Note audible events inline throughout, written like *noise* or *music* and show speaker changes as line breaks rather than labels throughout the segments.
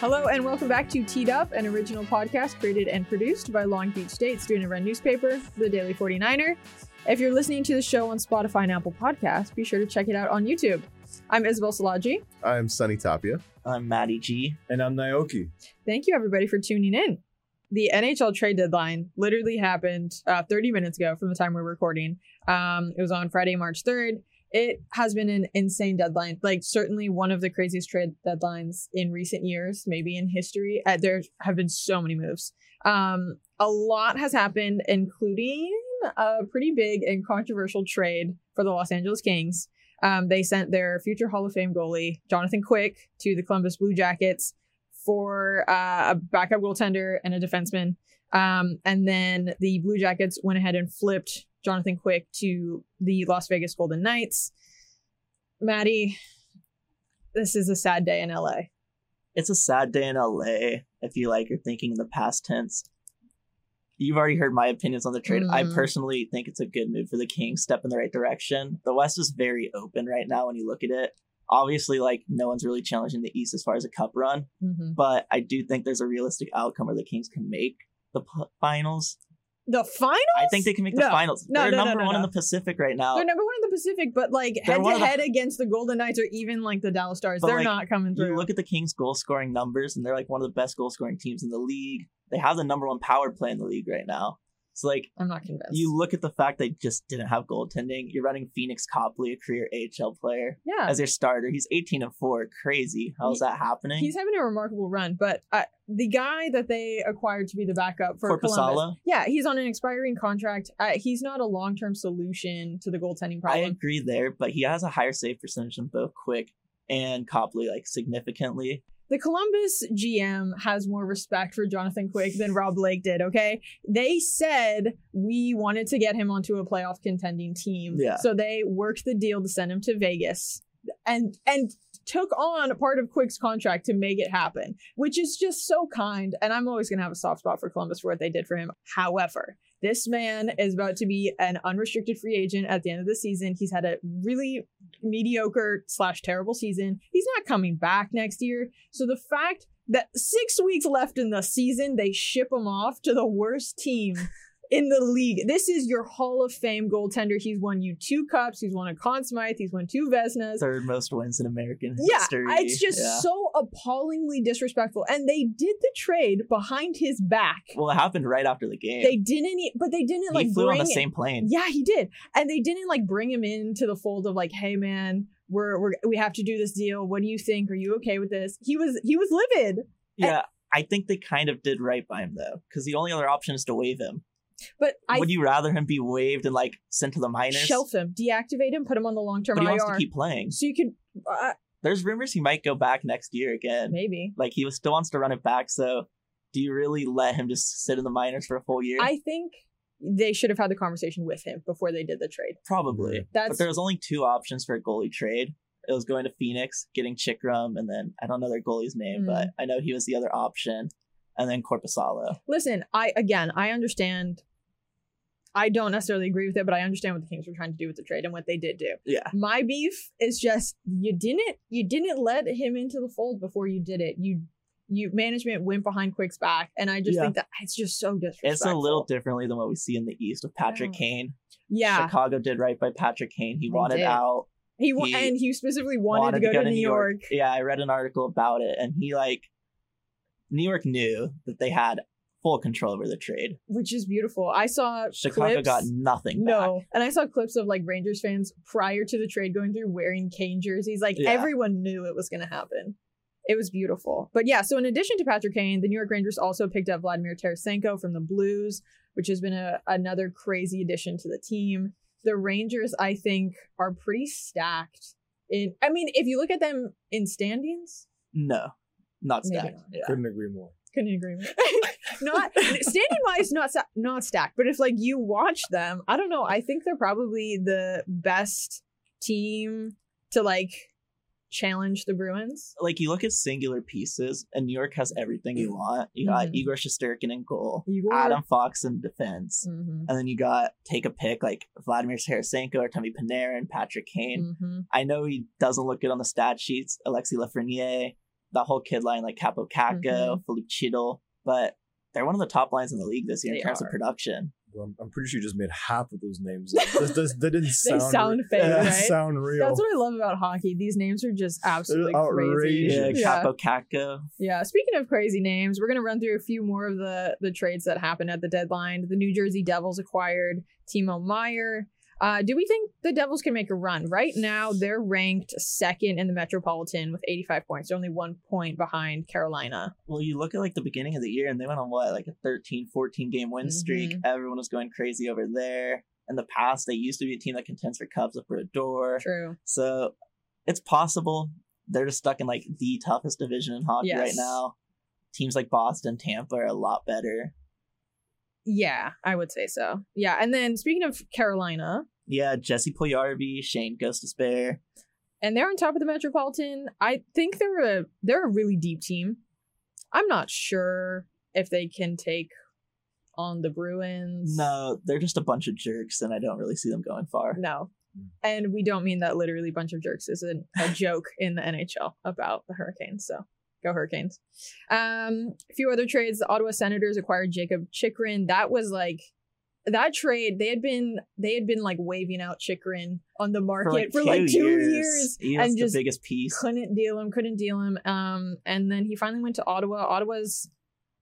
Hello and welcome back to Teed Up, an original podcast created and produced by Long Beach State Student Run Newspaper, The Daily 49er. If you're listening to the show on Spotify and Apple Podcasts, be sure to check it out on YouTube. I'm Isabel Salaji.
I'm Sunny Tapia.
I'm Matty G.
And I'm Naoki.
Thank you, everybody, for tuning in. The NHL trade deadline literally happened uh, 30 minutes ago from the time we're recording. Um, it was on Friday, March 3rd. It has been an insane deadline, like certainly one of the craziest trade deadlines in recent years, maybe in history. Uh, there have been so many moves. Um, a lot has happened, including a pretty big and controversial trade for the Los Angeles Kings. Um, they sent their future Hall of Fame goalie, Jonathan Quick, to the Columbus Blue Jackets for uh, a backup goaltender and a defenseman. Um, and then the Blue Jackets went ahead and flipped Jonathan Quick to the Las Vegas Golden Knights. Maddie, this is a sad day in LA.
It's a sad day in LA. If you like, you're thinking in the past tense. You've already heard my opinions on the trade. I
Mhm.
personally think it's a good move for the Kings, step in the right direction. The West is very open right now when you look at it. Obviously, like no one's really challenging the East as far as a cup run,
Mm-hmm.
but I do think there's a realistic outcome where the Kings can make the p- finals.
The finals?
I think they can make the
No.
finals.
No,
They're
no, no,
number
no,
one in
no.
the Pacific right now.
They're number one in the Pacific, but like
Uh, They're
head
one
to
of the-
head against the Golden Knights or even like the Dallas Stars,
But,
they're
like,
not coming through.
you look at the Kings' goal scoring numbers, and they're like one of the best goal scoring teams in the league. They have the number one power play in the league right now. So like
I'm not convinced.
you look at the fact they just didn't have goaltending. You're running Phoenix Copley, a career AHL player,
yeah,
as your starter. He's 18 and four. Crazy. How's
He-
that happening?
he's having a remarkable run, but uh, the guy that they acquired to be the backup for
for
Columbus,
Pasala.
Yeah, he's on an expiring contract. Uh, he's not a long term solution to the goaltending
I
problem.
agree there, but he has a higher save percentage than both Quick and Copley, like significantly.
the Columbus GM has more respect for Jonathan Quick than Rob Blake did, okay? They said we wanted to get him onto a playoff contending team.
Yeah.
So they worked the deal to send him to Vegas and and took on part of Quick's contract to make it happen, which is just so kind. And I'm always gonna have a soft spot for Columbus for what they did for him. However, this man is about to be an unrestricted free agent at the end of the season. He's had a really mediocre slash terrible season. He's not coming back next year. So the fact that six weeks left in the season, they ship him off to the worst
*laughs*
team in the league. This is your Hall of Fame goaltender. He's won you two cups. He's won a Conn Smythe. He's won two Vesnas.
Third most wins in American
Yeah,
history.
it's just
Yeah.
so appallingly disrespectful. And they did the trade behind his back.
well, it happened right after the game.
They didn't, e- but they didn't like
he flew on
bring
the
it-
same plane.
yeah, he did. And they didn't like bring him into the fold of like, hey man, we're, we're we have to do this deal. What do you think? Are you okay with this? He was he was livid.
Yeah, I think they kind of did right by him though, because the only other option is to waive him.
But I
Would you rather him be waived and like sent to the minors?
shelf him, deactivate him, put him on the long term
but he wants
IR.
to keep playing.
so you could uh,
There's rumors he might go back next year again.
maybe.
Like he was, still wants to run it back. So, do you really let him just sit in the minors for a full year?
I think they should have had the conversation with him before they did the trade.
probably.
Mm, That's
But there was only two options for a goalie trade. It was going to Phoenix, getting Chikrum, and then I don't know their goalie's name,
Mm.
but I know he was the other option, and then Corpusalo.
listen. I again, I understand. I don't necessarily agree with it, but I understand what the Kings were trying to do with the trade and what they did do.
Yeah,
my beef is just you didn't you didn't let him into the fold before you did it. You you management went behind Quick's back, and I just
Yeah.
think that it's just so disrespectful.
it's a little differently than what we see in the East with Patrick
Yeah.
Kane.
yeah.
Chicago did right by Patrick Kane. He
They
wanted
did.
out.
He, wa-
he
and he specifically wanted, to go, to, New York.
Yeah, I read an article about it, and he like New York knew that they had full control over the trade.
which is beautiful. I saw
Chicago
clips.
got nothing. back.
no, and I saw clips of like Rangers fans prior to the trade going through wearing Kane jerseys. Like
Yeah.
everyone knew it was going to happen. It was beautiful. But yeah, so in addition to Patrick Kane, the New York Rangers also picked up Vladimir Tarasenko from the Blues, which has been a, another crazy addition to the team. The Rangers, I think, are pretty stacked. In I mean, if you look at them in standings,
no, not
Maybe
stacked.
not.
Yeah.
Couldn't agree more.
couldn't agree more. *laughs* not standing wise, not sta- not stacked. But if like you watch them, I don't know. I think they're probably the best team to like challenge the Bruins.
Like you look at singular pieces, and New York has everything you want. You got
Mhm.
Igor Shosturkin in goal,
Igor.
Adam Fox in defense,
Mhm,
and then you got take a pick like Vladimir Tarasenko or Tommy Panarin, Patrick Kane.
mhm.
I know he doesn't look good on the stat sheets. Alexi Lafreniere, that whole kid line like Capo Caco,
Mm-hmm.
Philippe Chittle, but they're one of the top lines in the league this year
They
in terms
are.
of production.
Well, I'm, I'm pretty sure you just made half of those
*laughs*
names. up. That, that, that didn't sound.
sound fake,
that
right?
Sound real.
That's what I love about hockey. These names are just absolutely crazy.
outrageous.
Yeah,
Yeah.
Capo Caco.
Yeah. Speaking of crazy names, we're gonna run through a few more of the the trades that happened at the deadline. The New Jersey Devils acquired Timo Meyer. Uh, do we think the Devils can make a run? Right now, they're ranked second in the Metropolitan with 85 points. They're only one point behind Carolina.
Well, you look at like the beginning of the year and they went on what, like a 13, 14 game
Mm-hmm.
win streak. Everyone was going crazy over there. In the past, they used to be a team that contends for Cubs up for a door.
True.
So it's possible they're just stuck in like the toughest division in hockey
Yes.
right now. Teams like Boston, Tampa are a lot better.
Yeah, I would say so. Yeah. And then speaking of Carolina,
Yeah, Jesse Puljujarvi, Shane Ghost Despair.
and they're on top of the Metropolitan. I think they're a they're a really deep team. I'm not sure if they can take on the Bruins.
No, they're just a bunch of jerks, and I don't really see them going far.
No. And we don't mean that literally bunch of jerks isn't *laughs* a joke in the NHL about the Hurricanes. So go Hurricanes. Um, a few other trades. The Ottawa Senators acquired Jacob Chikrin. That was like that trade, they had been they had been like waving out Chikrin on the market for like, two years,
He was
and
the
just
biggest piece.
couldn't deal him, couldn't deal him. Um, and then he finally went to Ottawa. Ottawa's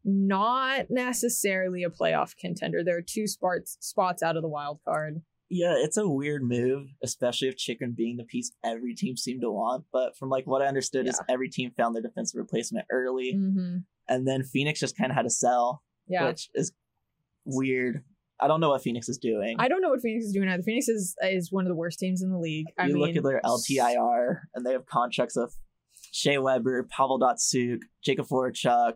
not necessarily a playoff contender. There are two spots spots out of the wild card.
Yeah, it's a weird move, especially if Chikrin being the piece every team seemed to want. But from like what I understood is every team found their defensive replacement early,
Mm-hmm.
and then Phoenix just kind of had to sell,
Yeah,
which is weird. I don't know what Phoenix is doing.
I don't know what Phoenix is doing either. Phoenix is is one of the worst teams in the league. I
you
mean,
look at their LTIR, and they have contracts of Shea Weber, Pavel Datsuk, Jacob Voracek,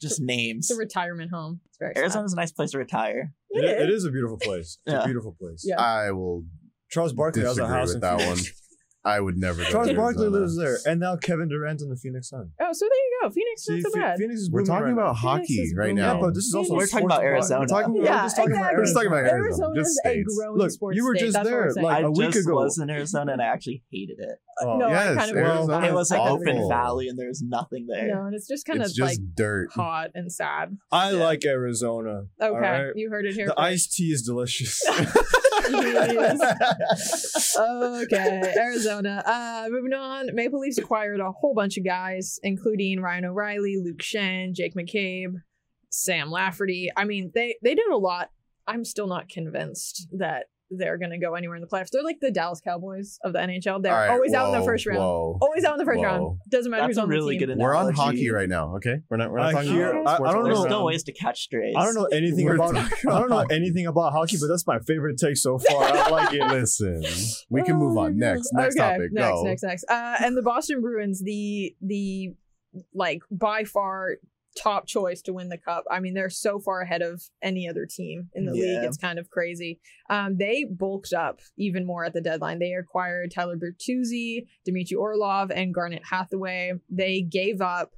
just names.
it's a retirement home. It's very sad.
Arizona's a nice place to retire.
It-
It
it is a beautiful place. It's
Yeah.
a beautiful place.
Yeah.
I will
Charles Barkley has a
disagree
house
with
in
that one.
Phoenix.
I would never. go to
Charles Barkley
Arizona.
lives there, and now Kevin Durant on the Phoenix Sun.
Oh, so there you go. Phoenix
See,
not so
Phe-
bad.
Phoenix is.
We're
booming
talking
right
about
now.
hockey
Phoenix is
right
booming.
Yeah,
now.
but this is also.
We're
a
talking about
sports pod.
Arizona.
We're talking,
Yeah,
we're just talking
exactly.
about Arizona.
We're just talking about Arizona.
Arizona's
Just
a
states.
growing
Look,
sports
you were
state.
just
That's what
there,
we're saying.
like-
I
A week
just
ago.
was in Arizona and I actually hated it.
Oh,
No, I
yes,
kind of-
Arizona
it was
is
like
awful.
open valley and there was nothing there.
no, and it's just kind
It's
of
just
like
dirt.
hot and sad.
I
Yeah.
like Arizona.
Okay,
right.
you heard it here.
The
first.
iced tea
*laughs*
is delicious. *laughs*
okay, Arizona. Uh, moving on. Maple Leafs acquired a whole bunch of guys, including Ryan O'Reilly, Luke Shen, Jake McCabe, Sam Lafferty. I mean, they they did a lot. I'm still not convinced that they're gonna go anywhere in the playoffs. They're like the Dallas Cowboys of the NHL. They're
All right,
always out in the
whoa,
first round.
whoa,
Oh,
Always out in the first
whoa.
round. Doesn't matter
That's
who's
a
on
really
the
good
team.
We're on
analogy.
hockey right now, okay? We're not. We're not
I
talking
hear-
about
Uh, I- I
sports
don't
right
There's
know.
now.
still ways to catch strays.
I don't know anything
We're
about.
talking
*laughs* I don't know
about-
anything about hockey, but that's my favorite take so far. I like it.
Listen, we can move
Oh my
*laughs*
on. Next,
God.
next
Okay,
topic.
Next,
Go.
next, next. Uh, and the Boston Bruins, the the like by far top choice to win the cup. I mean, they're so far ahead of any other team in the league.
Yeah.
It's kind of crazy. Um, they bulked up even more at the deadline. They acquired Tyler Bertuzzi, Dmitry Orlov, and Garnet Hathaway. They gave up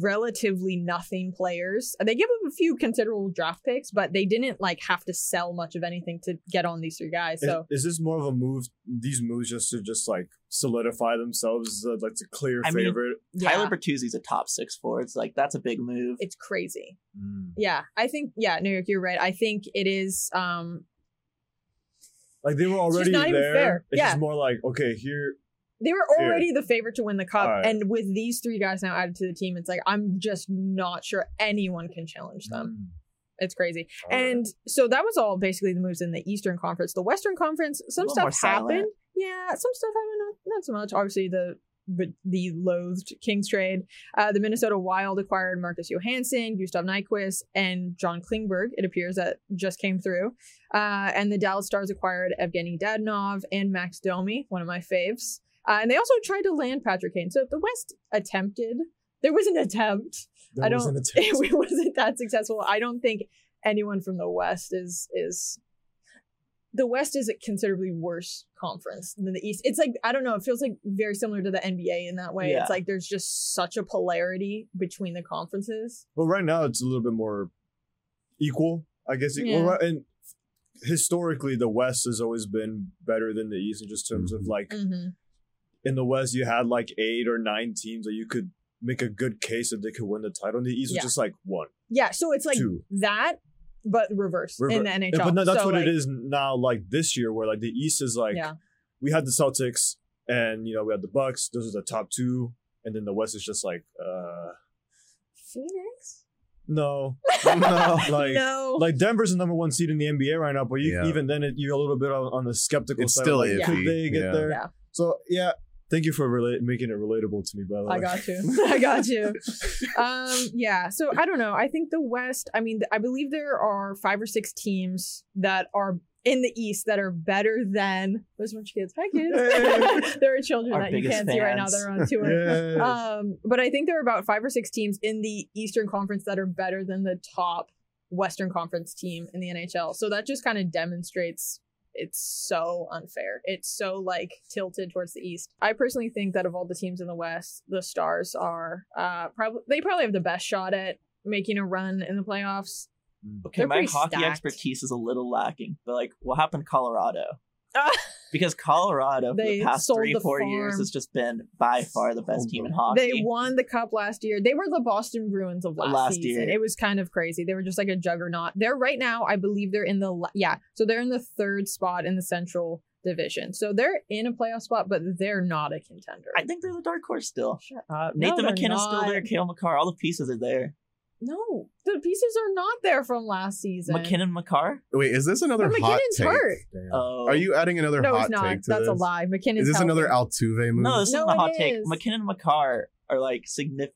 relatively nothing players. They gave up a few considerable draft picks, but they didn't like have to sell much of anything to get on these three guys.
Is,
So
is this more of a move? These moves just to just like solidify themselves, as, uh, like to clear
I mean-
favorite.
Tyler
yeah.
Bertuzzi's a top six forward. It's like that's a big move.
it's crazy.
Mm.
Yeah, I think yeah, New York, you're right. I think it is. Um,
Like they were
just
already
not even
there.
fair.
It's
Yeah.
just more like okay, here.
they were
Fair.
already the favorite to win the cup,
Alright.
and with these three guys now added to the team, it's like I'm just not sure anyone can challenge them. It's crazy.
mm, All right.
And so that was all basically the moves in the Eastern Conference. The Western Conference, some
little more
stuff happened.
silent.
Yeah, some stuff happened. Not, not so much. Obviously, the but the loathed Kings trade. Uh, the Minnesota Wild acquired Marcus Johansson, Gustav Nyquist, and John Klingberg. It appears that just came through. Uh, and the Dallas Stars acquired Evgeny Dadnov and Max Domi, one of my faves. Uh, and they also tried to land Patrick Kane. So the West attempted. There was an attempt
There
I don't- *laughs*
wasn't a taste.
it wasn't that successful. I don't think anyone from the West is is the West is a considerably worse conference than the East. It's like I don't know. It feels like very similar to the NBA in that way.
Yeah.
It's like there's just such a polarity between the conferences.
Well, right now it's a little bit more equal, I guess.
Yeah.
Well, right- and historically, the West has always been better than the East in just terms of like
Mm-hmm.
in the West, you had like eight or nine teams that you could make a good case that they could win the title. In the East,
Yeah.
was just like one,
Yeah, so it's like
two.
that, but reverse, in
Reverse.
the NHL.
Yeah, but no, that's
So,
what
like,
it is now. Like this year, where like the East is like
yeah,
we had the Celtics and you know we had the Bucks. Those are the top two, and then the West is just like uh
Phoenix.
no,
*laughs*
*laughs*
No.
*laughs* like.
no,
Like Denver's the number one seed in the NBA right now, but you
Yeah.
even then it, you're a little bit on, on the skeptical
It's
side.
still
like,
iffy.
Could they get
Yeah.
there?
Yeah.
So yeah, thank you for rela- making it relatable to me. By the way,
I got you. I got you. Um, yeah. So I don't know. I think the West. I mean, I believe there are five or six teams that are in the East that are better than those bunch of kids. Hi, kids. *laughs* there are children
Our
that you
biggest
can't see right now.
fans.
They're on
*laughs*
tour.
Yes.
Um, but I think there are about five or six teams in the Eastern Conference that are better than the top Western Conference team in the NHL. So that just kind of demonstrates it's so unfair. It's so like tilted towards the East. I personally think that of all the teams in the West, the Stars are uh probably they probably have the best shot at making a run in the playoffs.
Okay,
They're
my
pretty
hockey
stacked.
expertise is a little lacking, but like, what happened, to Colorado?
Ah. *laughs*
because Colorado for
They
the past
sold
three,
the
four
farm.
years has just been by far the best team in hockey.
They won the cup last year. They were the Boston Bruins of last,
Last
season.
year.
It was kind of crazy. They were just like a juggernaut. They're right now, I believe they're in the la- yeah. So they're in the third spot in the Central Division. So they're in a playoff spot, but they're not a contender.
I think they're the dark horse still.
Shut up. No,
Nathan
they're
McKinnon's still
not.
there. Kale McCarr, all the pieces are there.
No, the pieces are not there from last season.
McKinnon McCarr?
Wait, is this another
But
hot
McKinnon's
take?
hurt.
Damn.
Oh,
Are you adding another
No,
hot
it's not.
take
That's
to this?
a lie. McKinnon's
Is this
healthy.
another Altuve move?
No, this
No,
isn't a
it
hot take.
is.
McKinnon and McCarr are like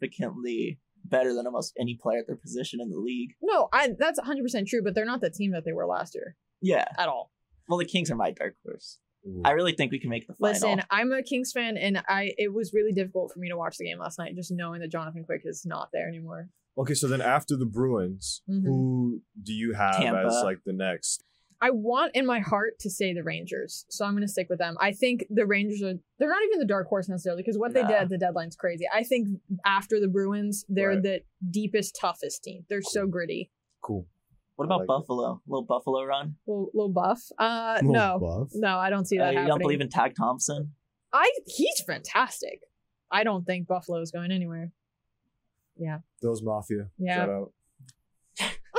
significantly better than almost any player at their position in the league.
No, I, that's 100% true, but they're not the team that they were last year
Yeah.
at all.
Well, the Kings are my dark horse.
Ooh.
I really think we can make the final.
Listen, I'm a Kings fan, and I it was really difficult for me to watch the game last night, just knowing that Jonathan Quick is not there anymore.
Okay, so then after the Bruins,
Mhm.
who do you have
Tampa.
as like the next?
I want in my heart to say the Rangers, so I'm going to stick with them. I think the Rangers are they're not even the dark horse necessarily because what they did
Nah.
at the deadline's crazy. I think after the Bruins, they're
Right.
the deepest, toughest team. They're so gritty.
Cool.
what
I
about
like it.
Buffalo? little Buffalo run?
Little, little buff. Uh,
Little
no,
buff.
no, I don't see
Uh,
that
you
happening.
don't believe in Tag Thompson?
I he's fantastic. I don't think Buffalo's going anywhere.
Those Mafia.
Yeah.
Shout out.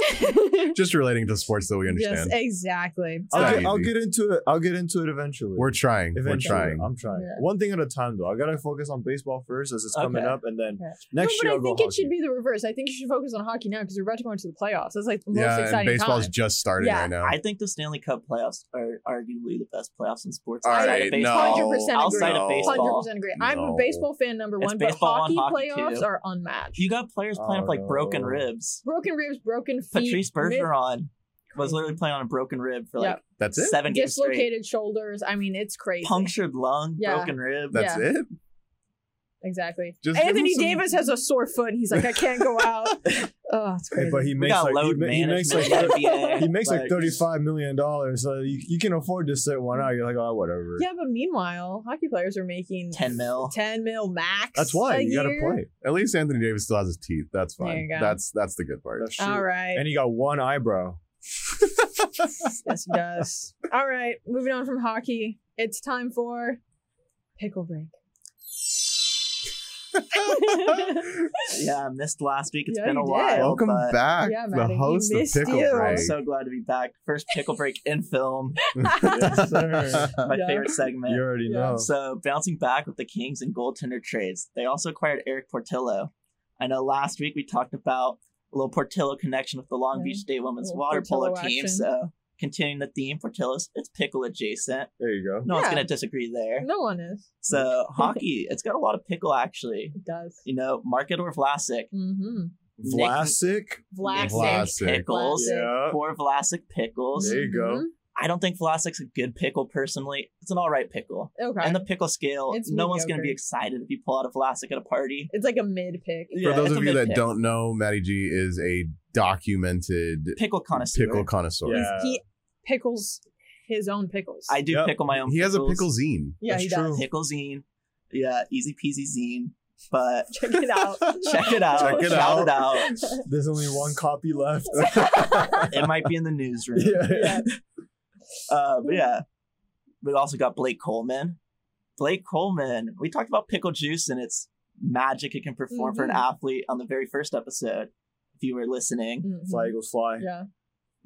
*laughs*
Just relating to sports that we
yes,
understand.
exactly.
I'll
Uh,
I'll
not
get, I'll
easy.
get into it. I'll get into it eventually.
We're trying. We're
eventually.
trying.
I'm trying.
Yeah.
One thing at a time, though. I gotta focus on baseball first, as it's coming
Okay.
up, and then
Okay.
next
no,
year
but
I'll
I
go
think it should
hockey.
be the reverse. I think you should focus on hockey now because we're about to go into the playoffs. That's like the most
Yeah, and
exciting
baseball's
time.
just starting
Yeah.
right now.
I think the Stanley Cup playoffs are arguably the best playoffs in sports.
All
outside of
right, no.
baseball. Outside of
no.
baseball.
Hundred percent agree. I'm a
No.
baseball fan number
It's
one, but
baseball
hockey
and hockey,
playoffs
too.
are unmatched.
You got players playing
Oh,
with like broken
no.
ribs.
broken ribs, broken feet.
Patrice Bergeron was
Crazy.
literally playing on a broken rib for like
That's it.
seven
mid-
games straight.
dislocated shoulders. I mean, it's crazy.
Punctured lung,
Yeah.
broken rib.
That's
Yeah.
it.
Exactly.
Just give
Anthony
him some-
Davis has a sore foot, and he's like, I can't go
*laughs*
out. *laughs* oh, it's
Hey,
crazy.
but he
We
makes
got
like he,
load
ma- he
management.
makes like
in
*laughs*
the NBA.
he
*laughs*
makes like thirty five million dollars. So you, you can afford to sit one out. You're like, oh, whatever.
yeah, but meanwhile, hockey players are making
10
*laughs*
mil.
10 mil max.
That's why
a
you gotta
year.
play.
At least Anthony Davis still has his teeth. That's
There you
fine.
go.
That's that's the good part.
That's true.
All right.
And he got one eyebrow.
*laughs* yes, he
*laughs*
does. All right, moving on from hockey, it's time for pickle break.
*laughs*
*laughs*
Yeah, I missed last week. It's
Yeah,
been
you
a
did.
while.
Welcome
but
back,
Yeah, Maddie,
the
we
host of
missed
Pickle
you.
I'm
Break.
so glad to be back. First pickle break in
*laughs*
film,
*laughs*
Yes, sir.
my
Yeah.
favorite segment.
you *laughs* already
Yeah.
know.
So bouncing back with the Kings and goaltender trades, they also acquired Eric Portillo. I know last week we talked about a little Portillo connection with the Long
Yeah.
Beach State women's
Little
water polo
Portillo
team.
action.
So continuing the theme, Portillo's it's pickle adjacent.
There you go.
No one's
Yeah.
gonna disagree there.
*laughs* no one is.
So hockey, it's got a lot of pickle actually.
It does.
You know, Marketor Vlasic,
Mm-hmm.
Vlasic.
Vlasic.
Vlasic.
pickles,
Vlasic.
Yeah.
four Vlasic pickles.
There you go.
Mhm.
I don't think Vlasic's a good pickle personally. It's an all right pickle.
Okay.
And the pickle scale,
It's
no one's gonna
mediocre.
be excited if you pull out a Vlasic at a party.
it's like a mid pick.
For
Yeah,
those
it's
of
a
you that
mid-pick.
don't know, Matty G is a documented
pickle connoisseur.
pickle connoisseur.
Yeah.
He pickles his own pickles.
I do
Yep.
pickle my own.
He has a pickle
pickles.
zine.
yeah,
That's
he
true.
does. *laughs*
Pickle zine. Yeah, easy peasy zine. But
*laughs* Check it
*laughs*
out.
check it out.
Check it
shout
out.
it out.
There's only one copy left.
*laughs*
It might be in the newsroom.
*laughs* yeah.
Yeah.
Uh, but yeah, we also got Blake Coleman. Blake Coleman, we talked about pickle juice and its magic it can perform for an
Mhm.
athlete on the very first episode. If you were listening,
Mhm.
Fly Eagles fly.
Yeah.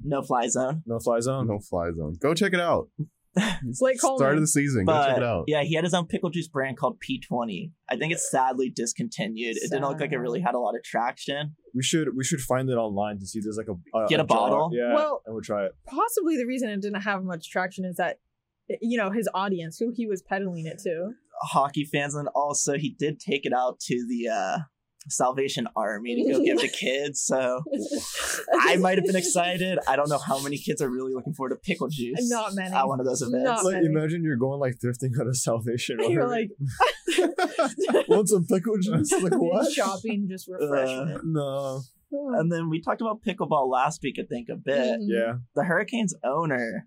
no fly zone.
No fly zone.
No fly zone. Go check it out.
Blake Coleman.
Start of the season. Go check it
But
out.
yeah, he had his own pickle juice brand called P20. I think it's sadly discontinued. It didn't look like it really had a lot of traction.
We should we should find it online to see if there's like a, a
Get
jar.
a bottle?
Yeah.
Well-
and we'll try it.
Possibly the reason it didn't have much traction is that, you know, his audience, who he was peddling it to.
Hockey fans, and also he did take it out to the uh, Salvation Army to
*laughs*
go give to kids. So I might have been excited. I don't know how many kids are really looking forward to pickle juice.
Not many.
At one of those events.
Not
Like,
many.
imagine you're going like thrifting out of Salvation.
*laughs* You're
Army.
like
*laughs* want some pickle
*laughs*
juice? Like what?
shopping, just refreshment.
*laughs* No.
Oh.
Uh, And then we talked about pickleball last week, I think, a bit.
Mhm.
Yeah.
The Hurricanes owner,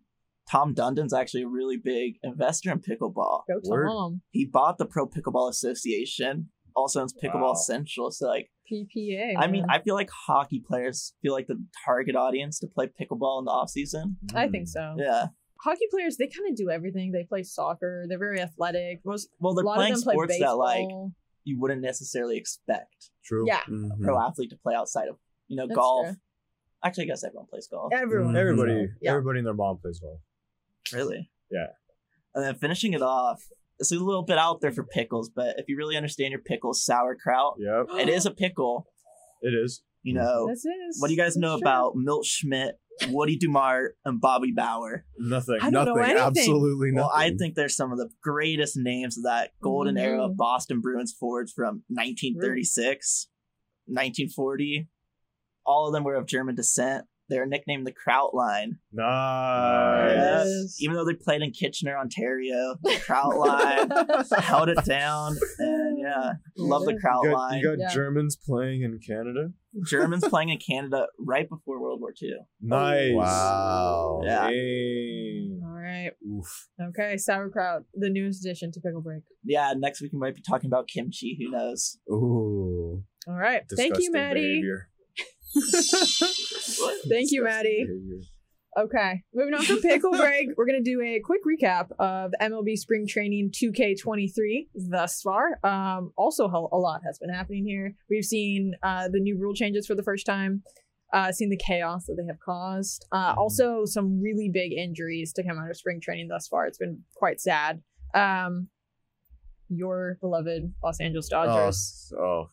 Tom Dundon's actually a really big investor in pickleball.
Go
Word.
Tom.
He bought the Pro Pickleball Association, also owns Pickleball
Wow.
Central. So, like,
PPA.
I mean,
man.
I feel like hockey players feel like the target audience to play pickleball in the off season.
I think so.
mm, Yeah.
Hockey players, they kind of do everything. They play soccer. They're very athletic. Most
Well, they're
a lot
playing
of them play
sports that,
baseball.
like, you wouldn't necessarily expect
True.
Yeah.
a
Mhm.
pro athlete to play outside of, you know,
That's
golf.
true.
Actually, I guess everyone plays golf.
Everyone.
Mm-hmm. Everybody,
Yeah.
everybody and their mom plays golf.
Really?
Yeah.
And then finishing it off, it's a little bit out there for pickles, but if you really understand your pickles, sauerkraut,
Yep,
*gasps*
it is a pickle.
it is.
You know,
This is.
what do you guys
this
know
is *laughs*
about Milt Schmidt, Woody Dumart, and Bobby Bauer?
Nothing.
I don't know
nothing.
anything.
Absolutely nothing.
Well, I think they're some of the greatest names of that golden era
Mhm.
of Boston Bruins forwards from 1936, 1940. All of them were of German descent. They're nicknamed the Kraut Line.
Nice.
Yes.
Even though they played in Kitchener, Ontario, the
true.
Kraut Line held it down. And yeah, love the crowd
You got,
line.
you got
Yeah.
Germans playing in Canada.
Germans
*laughs*
playing in Canada right before World War II.
Nice.
Wow.
Yeah.
Dang.
Mm.
All right.
Oof.
Okay. Sauerkraut, the newest addition to Pickle Break.
Yeah, next week we might be talking about kimchi. Who knows?
Ooh.
All right. Thank you,
Disgusting
Maddie.
behavior.
Thank you,
Disgusting
Maddie.
behavior.
Okay, moving on from pickle break, we're gonna do a quick recap of MLB spring training 2K23 thus far. Um, also, ho- a lot has been happening here. We've seen uh, the new rule changes for the first time, uh, seen the chaos that they have caused. Uh,
Mhm.
also, some really big injuries to come out of spring training thus far. It's been quite sad. Um, your beloved Los Angeles Dodgers.
Oh, oh,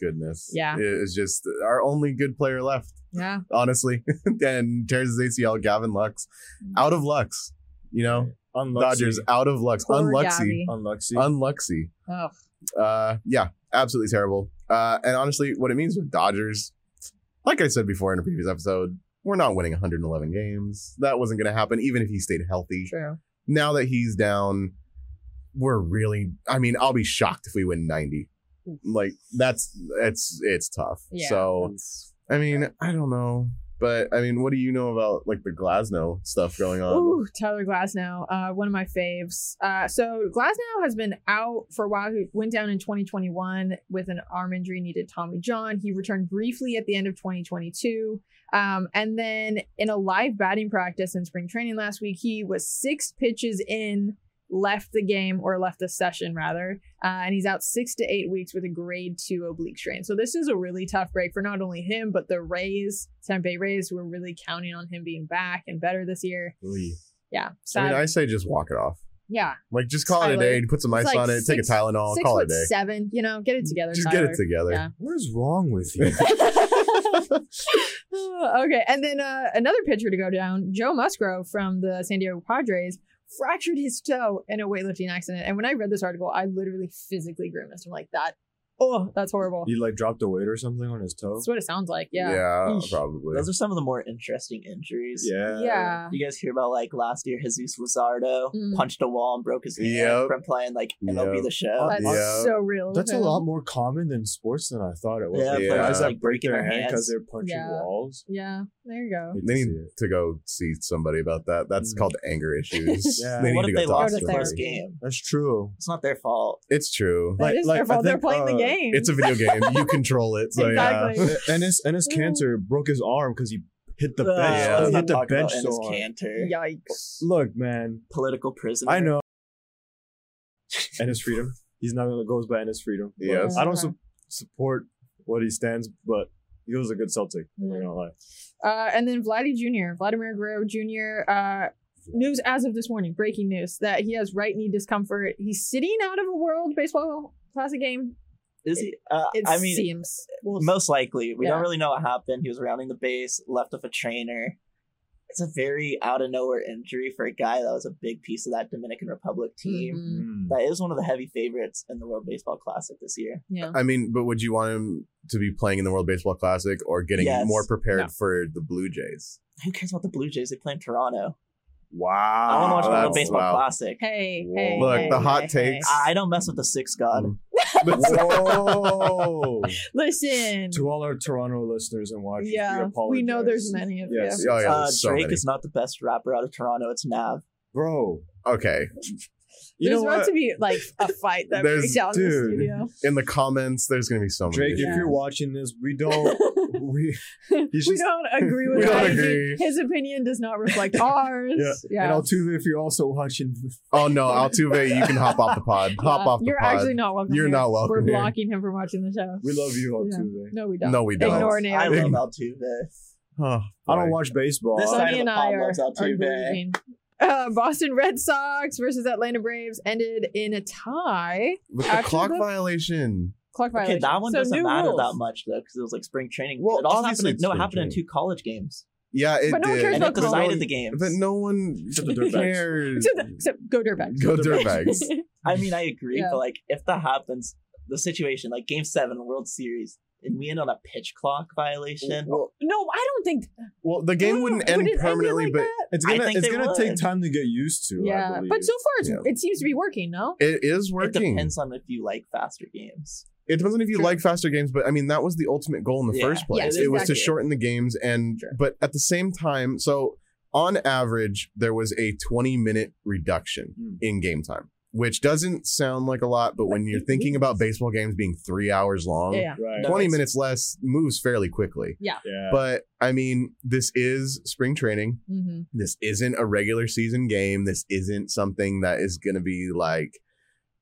goodness.
Yeah.
It is just our only good player left,
Yeah,
honestly. *laughs* and tears his ACL, Gavin Lux. Out of Lux. You know?
Unluxy.
Dodgers out of Lux.
Poor
Unluxy.
Gabby.
Unluxy.
Unluxy.
Ugh.
Uh yeah, absolutely terrible. Uh and honestly, what it means with Dodgers, like I said before in a previous episode, we're not winning 111 games. That wasn't gonna happen, even if he stayed healthy.
true.
Now that he's down, we're really I mean, I'll be shocked if we win 90. Like that's it's it's tough.
Yeah.
So I mean, I don't know. But I mean, what do you know about like the Glasnow stuff going on?
Ooh, Tyler Glasnow, uh, one of my faves. Uh, so Glasnow has been out for a while. He went down in 2021 with an arm injury, needed Tommy John. He returned briefly at the end of 2022. Um, and then in a live batting practice in spring training last week, he was six pitches in, left the game or left the session rather, uh, and he's out six to eight weeks with a grade two oblique strain. So this is a really tough break for not only him but the Rays, Tampa Bay Rays, who are really counting on him being back and better this year.
Really?
Yeah,
I
sad.
mean, I say just walk it off.
yeah,
Like just call it a
Tyler.
day, put some ice
It's like
on it, take a
six-
Tylenol,
six
call it a
foot
day.
seven. You know, get it together.
just
Tyler.
get it together.
Yeah.
what is wrong with
*laughs*
you?
*sighs* okay, and then uh, another pitcher to go down, Joe Musgrove from the San Diego Padres, fractured his toe in a weightlifting accident. And when I read this article, I literally physically grimaced. I'm like, that, oh, that's horrible.
he like dropped a weight or something on his toe.
That's what it sounds like. Yeah. Eesh.
probably.
Those are some of the more interesting injuries.
Yeah.
Yeah.
You guys hear about like last year, Jesus Lizardo
Mm.
punched a wall and broke his hand
Yep.
from playing like MLB
Yep.
the show.
That's
Yeah.
so real.
That's a
Okay.
lot more common in sports than I thought it was.
Yeah,
Yeah.
Guys
players,
that break
like, breaking
their
their
hand because
hands.
they're punching
Yeah.
walls.
Yeah. There you go.
they need to go see somebody about that. That's
Mm.
called anger issues.
*laughs* Yeah.
They need
what
to
if
go
they
talk
lost
to
the first
somebody.
game?
That's true.
It's not their fault.
It's true.
*laughs* That
Like-
is
like,
their
I
fault. They're
think,
playing the
uh,
game.
It's a video game. You
*laughs*
control it. So
Exactly.
yeah.
Ennis Ennis Cantor broke his arm because he hit the
Uh,
bench.
Yeah.
he
let's
hit
not
the
talk
bench
about
so
Ennis
hard.
Cantor,
Yikes.
Look, man,
*laughs*
political prisoner.
I know. and his freedom. He's not gonna goes by and his freedom. But
Yes.
I don't
Okay.
su- support what he stands, but he was a good Celtic. I'm not
Mm.
gonna lie.
Uh, and then Vladdy Jr., Vladimir Guerrero Jr., uh, news as of this morning, breaking news that he has right knee discomfort. He's sitting out of a World Baseball Classic game.
Is he? Uh,
It
I mean,
seems. Well,
most likely. We
Yeah.
don't really know what happened. He was rounding the base, left off a trainer. It's a very out of nowhere injury for a guy that was a big piece of that Dominican Republic
mm-hmm.
team.
mhm,
Hmm.
That is one of the heavy favorites in the World Baseball Classic this year.
yeah.
I mean, but would you want him to be playing in the World Baseball Classic or getting
Yes.
more prepared
No.
for the
*laughs*
Blue Jays? *laughs*
Who cares about the Blue Jays? They play in Toronto.
Wow.
I want to watch the World
That's-
Baseball
wow.
Classic.
Hey,
Whoa.
hey.
Look,
hey,
the hot
hey,
takes.
hey.
I I don't mess with the six god.
Mm.
Uh,
Oh,
Whoa!
Listen.
to all our Toronto listeners and watchers, we,
Yeah,
apologize.
we know there's many of
Yes.
you.
Oh, yeah,
uh,
there's so
Drake
many.
is not the best rapper out of Toronto. It's Nav.
bro.
Okay.
You
There's
know
about
what?
to be like
*laughs*
a fight that
There's-
breaks out in the
dude.
studio.
In the comments, there's going to be so many.
Drake,
issues.
if you're watching this, we
*laughs*
don't. we
we
He's just-
don't
*laughs*
agree with
We don't
Vladdy.
agree.
His opinion does not reflect ours.
Yeah.
yeah.
and Altuve, if you're also watching,
Oh, no. Altuve, you can hop off the pod.
*laughs*
Hop
Yeah,
off the
You're
pod.
actually not welcome.
You're
here.
not welcome
We're
here.
blocking him from watching the show.
we love you,
Yeah.
Altuve.
No, we don't.
No, we don't.
Ignore
I
Naomi.
love Altuve.
Oh,
I don't
boy.
watch baseball.
This
I-
side
Sonny
of
and
the
I
pond
are,
loves
are
Altuve.
grieving. Uh, Boston Red Sox versus Atlanta Braves ended in a tie.
With the
Actually,
clock
the-
violation.
Clock
Okay,
violation.
that one
So
doesn't
new
matter
rules.
that much though, because it was like spring training.
Well,
Well, it also happened.
obviously
In,
it's
no, it
spring
happened in
training.
two college games,
Yeah, it
But no one
did.
cares
and
about
it
college.
decided the games.
But no one
Except the Dirtbags.
cares.
Except, except go Dirtbags.
Go dirtbags.
I mean, I agree,
Yeah.
but like if that happens, the situation like Game Seven World Series, and we end on a pitch clock violation.
well,
*laughs* no, I don't think
well, the game
Mm,
wouldn't
would
end
it end
permanently,
like
but
that?
it's
I
gonna
think
it's
they
gonna
would.
take time to get used to. I
yeah,
believe.
but so far it's,
Yeah.
it seems to be working. No,
it is
It
working.
depends on if you like faster games.
it depends on if you
True.
like faster games but i mean that was the ultimate goal in the
Yeah.
first place
Yes,
it was to
exactly.
shorten the games and
Sure.
but at the same time so on average there was a 20 minute reduction
Hmm.
in game time which doesn't sound like a lot but when
But
you're
it
thinking
is.
about baseball games being three hours long
yeah, yeah.
right.
No,
20
it's-
minutes less moves fairly quickly
Yeah.
but i mean this is spring training
hmm
this isn't a regular season game. This isn't something that is going to be like,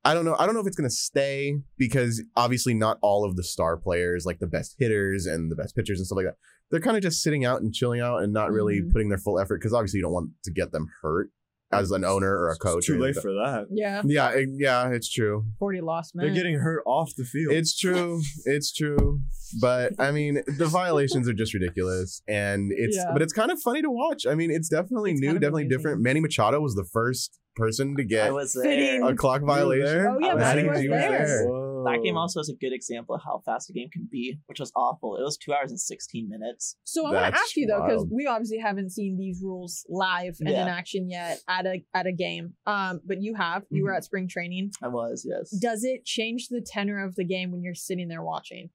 I don't know. I don't know if it's going to stay because obviously not all of the star players, like the best hitters and the best pitchers and stuff like that, they're kind of just sitting out and chilling out and not really
Mm-hmm.
Mhm.
putting their full effort because obviously you don't want to get them hurt as an owner or a
It's
coach.
too
or
late
anything.
for that.
yeah.
Yeah, it- yeah, it's true.
Forty lost man.
They're getting hurt off the field.
It's true. It's true. But I mean, the violations are just ridiculous, and it's
Yeah.
but it's kind of funny to watch. I mean, it's definitely
It's
new,
kind of
definitely
amazing.
different. Manny Machado was the first person to
I
get
was
Fitting.
there.
a clock
You were
violation.
there?
Oh, yeah,
I
Manny
think
was
he
there.
Whoa.
That game also is a good example of how fast a game can be, which was awful. It was two hours and sixteen minutes.
So I want to
That's
ask you though, because
wild.
we obviously haven't seen these rules live and in
Yeah.
action yet at a at a game. Um, but you have. You were
Mhm.
at spring training.
I was yes.
Does it change the tenor of the game when you're sitting there watching?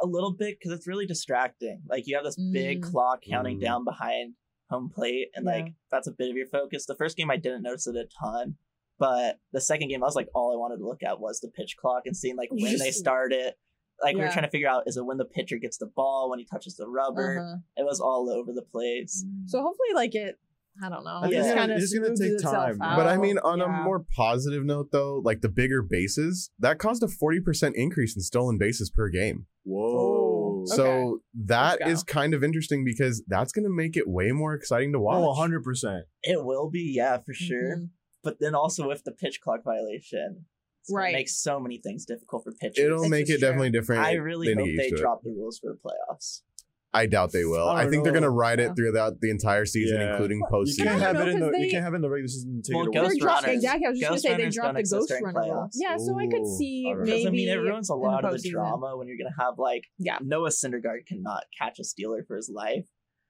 a little bit because it's really distracting. Like you have this
Mm.
big clock counting
Mm.
down behind home plate, and
Yeah.
like that's a bit of your focus. The first game I didn't notice it a ton, but the second game I was like, all I wanted to look at was the pitch clock and seeing like
You
when
*laughs*
they
just-
start it. Like we
Yeah.
were trying to figure out is it when the pitcher gets the ball, when he touches the rubber.
Uh-huh. Mm.
It was all over the place.
So hopefully, like it, I don't know.
I
It
think
just
it's
kind
gonna-
of
it's gonna take time.
But I
Oh,
mean, on
yeah.
a more positive note, though, like the bigger bases, that caused a 40% increase in stolen bases per game.
Oh.
Whoa.
Okay.
So that
Let's go.
is kind of interesting because that's going to make it way more exciting to watch.
Oh, 100%.
It will be, yeah, for sure.
Mhm.
But then also with the pitch clock violation, it's gonna
Right.
make so many things difficult for pitchers.
It'll
It's
make
just
it definitely different.
I really
They need
hope
to get
they
used to it.
drop the rules for the playoffs.
I doubt they will.
I
I,
don't
think they're
know.
going to ride
Yeah.
it throughout the entire season,
Yeah.
including
You
postseason.
can't
I
have
don't
it in
know,
the
'cause
you
they-
can't have it in the regular season and take
Well,
it away.
They're
Ghost
dro-
Runners.
Exactly. I was just
Ghost
gonna say they
Runners
dropped
don't
the
exist
Ghost
during
Runner. rule.
playoffs.
Yeah, so I could
Ooh,
see
I don't know.
maybe.
Because I mean, it ruins a
in
lot of the
postseason.
drama when you're gonna have like
Yeah.
Noah Syndergaard cannot catch a Steeler for his life,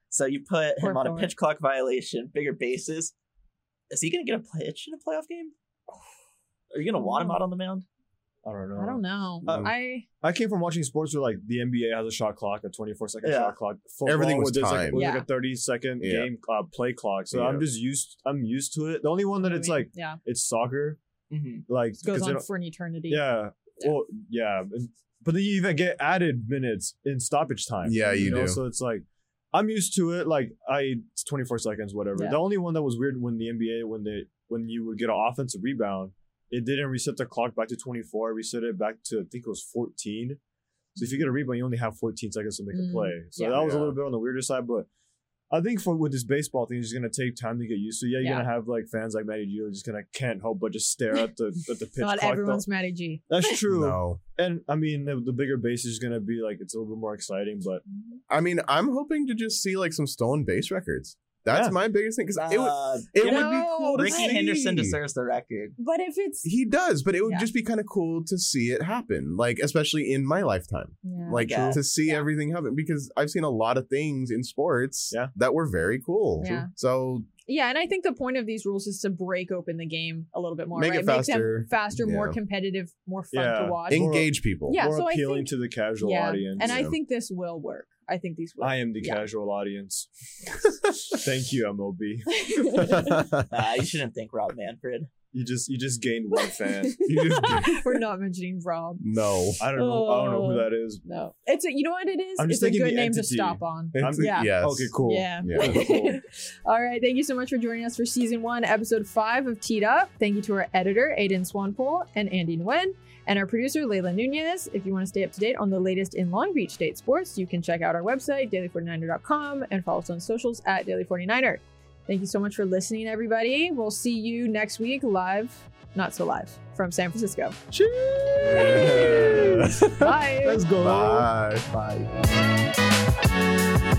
so you put
Poor
him on a
forward.
pitch clock violation, bigger bases. Is he gonna get a pitch in a playoff game? Are you gonna want him out on the mound?
I don't know.
I don't know.
Um,
I
I came from watching sports where like the NBA has a shot clock, a 24 second
Yeah.
shot clock. Football
Everything was
was, just, Like,
timed.
was
Yeah.
like a 30 second
Yeah.
game uh, play clock. So
Yeah.
I'm just used. I'm used to it. The only one that
I
it's
mean,
like
yeah,
it's soccer,
Mm-hmm.
like
it goes
'cause they
on
don't-
for an eternity.
yeah,
Yeah.
Well, yeah. and- But then you even get added minutes in stoppage time.
Yeah, you do.
So it's like. I'm used to it. Like I, it's 24 seconds, whatever.
Yeah.
The only one that was weird when the NBA, when they, when you would get an offensive rebound, It didn't reset the clock back to 24. Reset it back to I think it was 14. So if you get a rebound, you only have 14 seconds to make
Mm,
a play. So
yeah.
that was a
Yeah.
little bit on the weirder side, but I think for with this baseball thing, it's just gonna take time to get used to. Yeah, you're
Yeah.
gonna have like fans like Matty Gio just gonna can't help but just stare at the at the pitch
Not
clock. though.
everyone's Matty G. *laughs*
That's true.
No.
And I mean, the, the bigger base is gonna be like it's a little bit more exciting, but
I mean, I'm hoping to just see like some stolen base records. That's
Yeah.
my biggest thing because it would
Uh,
it
you
would be
know,
cool to
Ricky
see.
Ricky Henderson deserves the
*laughs*
record.
But if it's
He does, but it would
Yeah.
just be kind of cool to see it happen, like especially in my lifetime,
yeah.
like
Yeah.
to see
Yeah.
everything happen because I've seen a lot of things in sports
Yeah.
that were very cool.
Yeah.
So
Yeah, and I think the point of these rules is to break open the game a little bit more,
Make
right?
it
Make
faster.
them faster, more
Yeah.
competitive, more fun
Yeah.
to watch.
Eng-
engage people.
Yeah,
more
so I
appealing
think-
to the casual
yeah.
audience.
and I
yeah.
think this will work. I think these will.
I am the
Yeah. *laughs*
casual audience. Thank you, MLB.
Uh, you shouldn't think Rob Manfred.
You just you just gained one
*laughs*
fan. You just gained-
We're not mentioning Rob.
*laughs*
*laughs*
no.
I don't know. I don't know who
Oh.
that is.
No, it's a, you know what it is.
I'm
It's
just
a
thinking
good
the
name to
entity.
stop on.
I'm-
It's-
Yeah.
Yes.
Okay, cool.
Yeah. *laughs*
Yeah.
Cool.
All right. Thank you so much for joining us for season one, episode five of Teed Up. Thank you to our editor, Aiden Swanpool and Andy Nguyen, and our producer, Layla Nunez. If you want to stay up to date on the latest in Long Beach State sports, you can check out our website, daily49er.com, and follow us on socials at daily49er. Thank you so much for listening, everybody. We'll see you next week live, not so live, from San Francisco.
Cheers.
Bye.
Let's go.
Bye. Bye.
Bye.